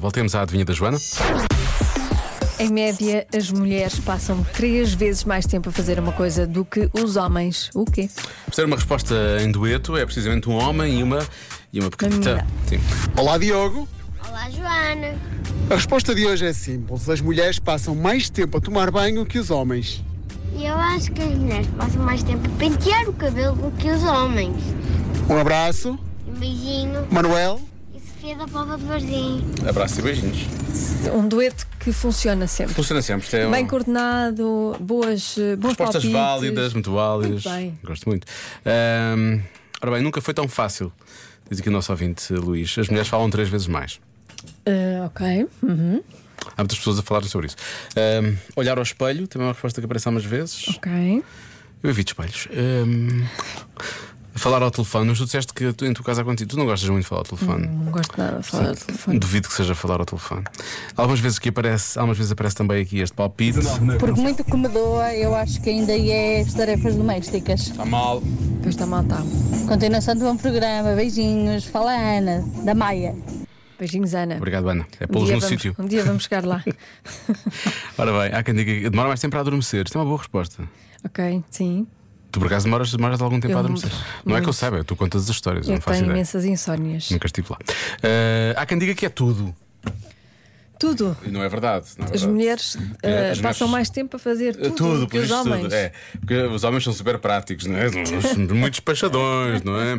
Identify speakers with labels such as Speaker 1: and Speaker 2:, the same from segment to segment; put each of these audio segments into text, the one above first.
Speaker 1: Voltemos à adivinha da Joana.
Speaker 2: Em média, as mulheres passam três vezes mais tempo a fazer uma coisa do que os homens. O quê?
Speaker 1: Por ser uma resposta em dueto, é precisamente um homem e uma, e uma pequenita.
Speaker 2: menina.
Speaker 1: Sim.
Speaker 3: Olá, Diogo.
Speaker 4: Olá, Joana.
Speaker 3: A resposta de hoje é simples. As mulheres passam mais tempo a tomar banho que os homens.
Speaker 4: Eu acho que as mulheres passam mais tempo a pentear o cabelo do que os homens.
Speaker 3: Um abraço.
Speaker 4: Um beijinho
Speaker 3: Manuel.
Speaker 4: e Sofia da Pova de Varzim.
Speaker 1: Abraço e beijinhos.
Speaker 2: Um dueto que funciona sempre.
Speaker 1: Funciona sempre. Isto é
Speaker 2: Bem
Speaker 1: um-
Speaker 2: coordenado, boas, eh, bons
Speaker 1: Respostas
Speaker 2: palpites.
Speaker 1: válidas, muito válidas.
Speaker 2: Muito bem.
Speaker 1: Gosto muito. Ahm, ora bem, nunca foi tão fácil, diz aqui o nosso ouvinte Luís. As mulheres falam três vezes mais.
Speaker 2: Eh, ok. Uhum.
Speaker 1: Há muitas pessoas a falar sobre isso. Ahm, olhar ao espelho, também é uma resposta que aparece algumas vezes.
Speaker 2: Ok.
Speaker 1: Eu evito espelhos. Ahm, falar ao telefone, mas tu disseste que tu- em tua casa aconteceu. Tu não gostas muito de falar ao telefone.
Speaker 2: Não gosto nada de falar de telefone.
Speaker 1: Duvido que seja falar ao telefone. Algumas vezes que aparece, algumas vezes aparece também aqui este palpite.
Speaker 5: né?
Speaker 6: Porque muito que me doa, eu acho que ainda é as tarefas domésticas.
Speaker 1: Está mal.
Speaker 2: Depois está mal, tá.
Speaker 6: Continuação do bom programa, beijinhos. Fala a Ana, da Maia.
Speaker 2: Beijinhos, Ana.
Speaker 1: Obrigado, Ana. É
Speaker 2: Um
Speaker 1: pô-los
Speaker 2: dia
Speaker 1: no
Speaker 2: vamos-
Speaker 1: sítio.
Speaker 2: Um dia vamos chegar lá.
Speaker 1: Ora bem, há quem diga que demora mais tempo para adormecer. Isto é uma boa resposta.
Speaker 2: ok, sim.
Speaker 1: Tu por acaso demoras, demoras algum tempo
Speaker 2: Eu
Speaker 1: a adormecer.
Speaker 2: muito,
Speaker 1: Não é que eu
Speaker 2: muito.
Speaker 1: saiba, tu contas as histórias, eu
Speaker 2: Eu
Speaker 1: não faço
Speaker 2: tenho
Speaker 1: ideia.
Speaker 2: É imensas insónias.
Speaker 1: Nunca estive lá. Eh, há quem diga que é tudo.
Speaker 2: Tudo.
Speaker 1: E não é verdade. Não é
Speaker 2: As
Speaker 1: verdade.
Speaker 2: mulheres eh,
Speaker 1: as
Speaker 2: passam
Speaker 1: mulheres-
Speaker 2: mais tempo a fazer
Speaker 1: Eh,
Speaker 2: tudo, do que
Speaker 1: por
Speaker 2: os
Speaker 1: isso
Speaker 2: homens.
Speaker 1: tudo. É, porque os homens são super práticos, não é? Muitos despachadões, não é?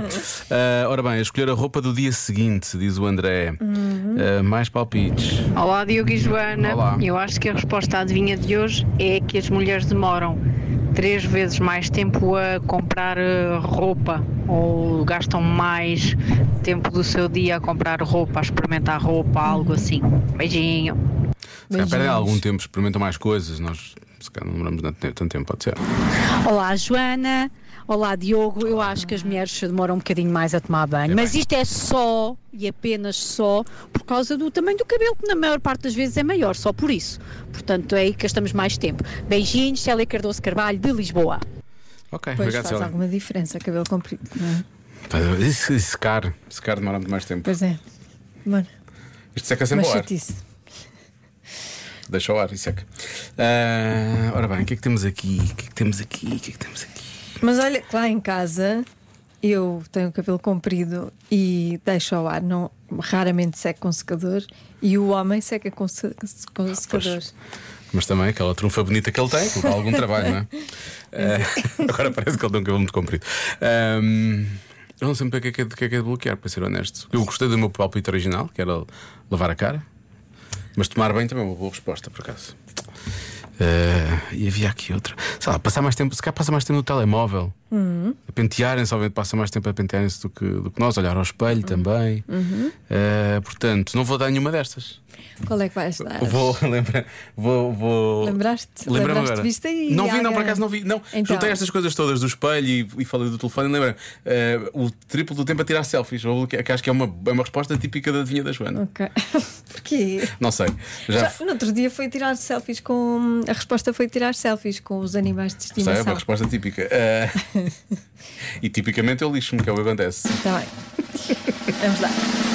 Speaker 1: Eh, ora bem, escolher a roupa do dia seguinte, diz o André.
Speaker 2: Uhum.
Speaker 1: Eh, mais palpites.
Speaker 7: Olá, Diogo e Joana.
Speaker 1: Olá.
Speaker 7: Eu acho que a resposta à adivinha de hoje é que as mulheres demoram três vezes mais tempo a comprar eh, roupa ou gastam mais tempo do seu dia a comprar roupa, a experimentar roupa,
Speaker 5: Uhum.
Speaker 7: algo assim. Beijinho.
Speaker 1: Se calhar perdem
Speaker 2: Beijinhos.
Speaker 1: algum tempo, experimentam mais coisas. Nós, se calhar, não demoramos tanto tanto tempo, pode ser.
Speaker 5: Olá, Joana. Olá, Diogo. Eu acho que as mulheres demoram um bocadinho mais a tomar banho, mas isto é só e apenas só por causa do tamanho do cabelo, que na maior parte das vezes é maior, só por isso. Portanto, é aí que gastamos mais tempo. Beijinhos, Célia Cardoso Carvalho, de Lisboa.
Speaker 1: Ok,
Speaker 2: Pois
Speaker 1: obrigado,
Speaker 2: faz
Speaker 1: Célia.
Speaker 2: alguma diferença, cabelo comprido. não é?
Speaker 1: Pá, e se- e Secar, secar demora muito mais tempo.
Speaker 2: Pois é. Mano,
Speaker 1: Isto seca sempre
Speaker 2: mas
Speaker 1: ao ar.
Speaker 2: chatice.
Speaker 1: Deixa o ar e seca. Ah, ora bem, o que é que temos aqui? O que é que temos aqui? O que é que temos aqui?
Speaker 2: Mas olha, que lá em casa eu tenho o cabelo comprido e deixo ao ar, não, raramente seco com secador e o homem seca com, se- com secador.
Speaker 1: Mas também aquela trunfa bonita que ele tem, que dá algum trabalho, não é? Ah, agora parece que ele tem um cabelo muito comprido. Ahm, eu não sei muito bem o que é que é, de- o que é que é de bloquear, para ser honesto. Eu gostei do meu palpite original, que era lavar a cara, mas tomar bem também é uma boa resposta, por acaso. Ah, e havia aqui outra. Sei lá, passar mais tempo, se calhar passa mais tempo no telemóvel. A pentearem-se, obviamente, passa mais tempo a pentearem-se do que, do que nós, olhar ao espelho também. Ah, portanto, não vou dar nenhuma destas.
Speaker 2: Qual é que vais dar?
Speaker 1: Vou, lembra, vou, vou.
Speaker 2: Lembraste?
Speaker 1: Lembrei-me
Speaker 2: Lembraste,
Speaker 1: agora.
Speaker 2: viste aí,
Speaker 1: Não vi, não,
Speaker 2: alguém.
Speaker 1: por acaso não vi. Não,
Speaker 2: Então.
Speaker 1: juntei estas coisas todas do espelho e, e falei do telefone. Lembra? o triplo do tempo a tirar selfies. Ou, que, que acho que é uma, é uma resposta típica da adivinha da Joana.
Speaker 2: Ok. Porquê?
Speaker 1: Não sei. Já,
Speaker 2: Já, no outro dia foi tirar selfies com. A resposta foi tirar selfies com os animais de
Speaker 1: sei, é uma
Speaker 2: estimação.
Speaker 1: resposta típica. Ah, e tipicamente eu lixo-me, que é o que acontece.
Speaker 2: Tá bem. Vamos lá.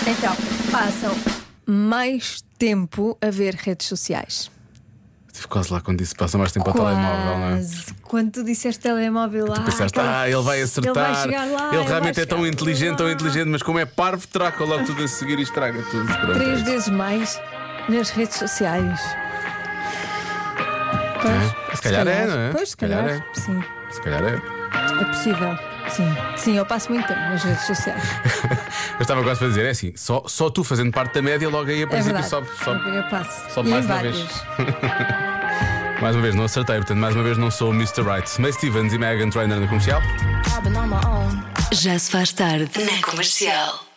Speaker 2: Então, passam mais tempo a ver redes sociais.
Speaker 1: Estive quase lá quando disse passa mais tempo ao telemóvel, não é?
Speaker 2: Quase. Quando tu disseste telemóvel lá.
Speaker 1: Tu pensaste,
Speaker 2: aquela-
Speaker 1: ah, ele vai acertar.
Speaker 2: Ele vai chegar lá.
Speaker 1: Ele
Speaker 2: vai
Speaker 1: realmente é tão
Speaker 2: chegar
Speaker 1: inteligente, tão
Speaker 2: lá."
Speaker 1: inteligente, mas como é parvo, traca logo tudo a seguir e estraga tudo. Pronto, é
Speaker 2: Três
Speaker 1: isso.
Speaker 2: vezes mais nas redes sociais. Pois,
Speaker 1: É. Se calhar é, não é?
Speaker 2: Pois,
Speaker 1: Se
Speaker 2: se
Speaker 1: calhar
Speaker 2: calhar, sim.
Speaker 1: Se calhar é.
Speaker 2: É possível. Sim. Sim, eu passo muito tempo nas redes sociais. É
Speaker 1: Eu estava quase a dizer, é assim, só, só tu fazendo parte da média, logo aí a
Speaker 2: É
Speaker 1: princípio
Speaker 2: verdade.
Speaker 1: sobe, sobe.
Speaker 2: Eu passo.
Speaker 1: sobe
Speaker 2: E
Speaker 1: mais
Speaker 2: em
Speaker 1: uma
Speaker 2: vários.
Speaker 1: vez. Mais uma vez, não acertei, portanto, mais uma vez não sou o Mr. Right. Mas Stevens e Megan Trainer na comercial.
Speaker 8: Já se faz tarde na comercial.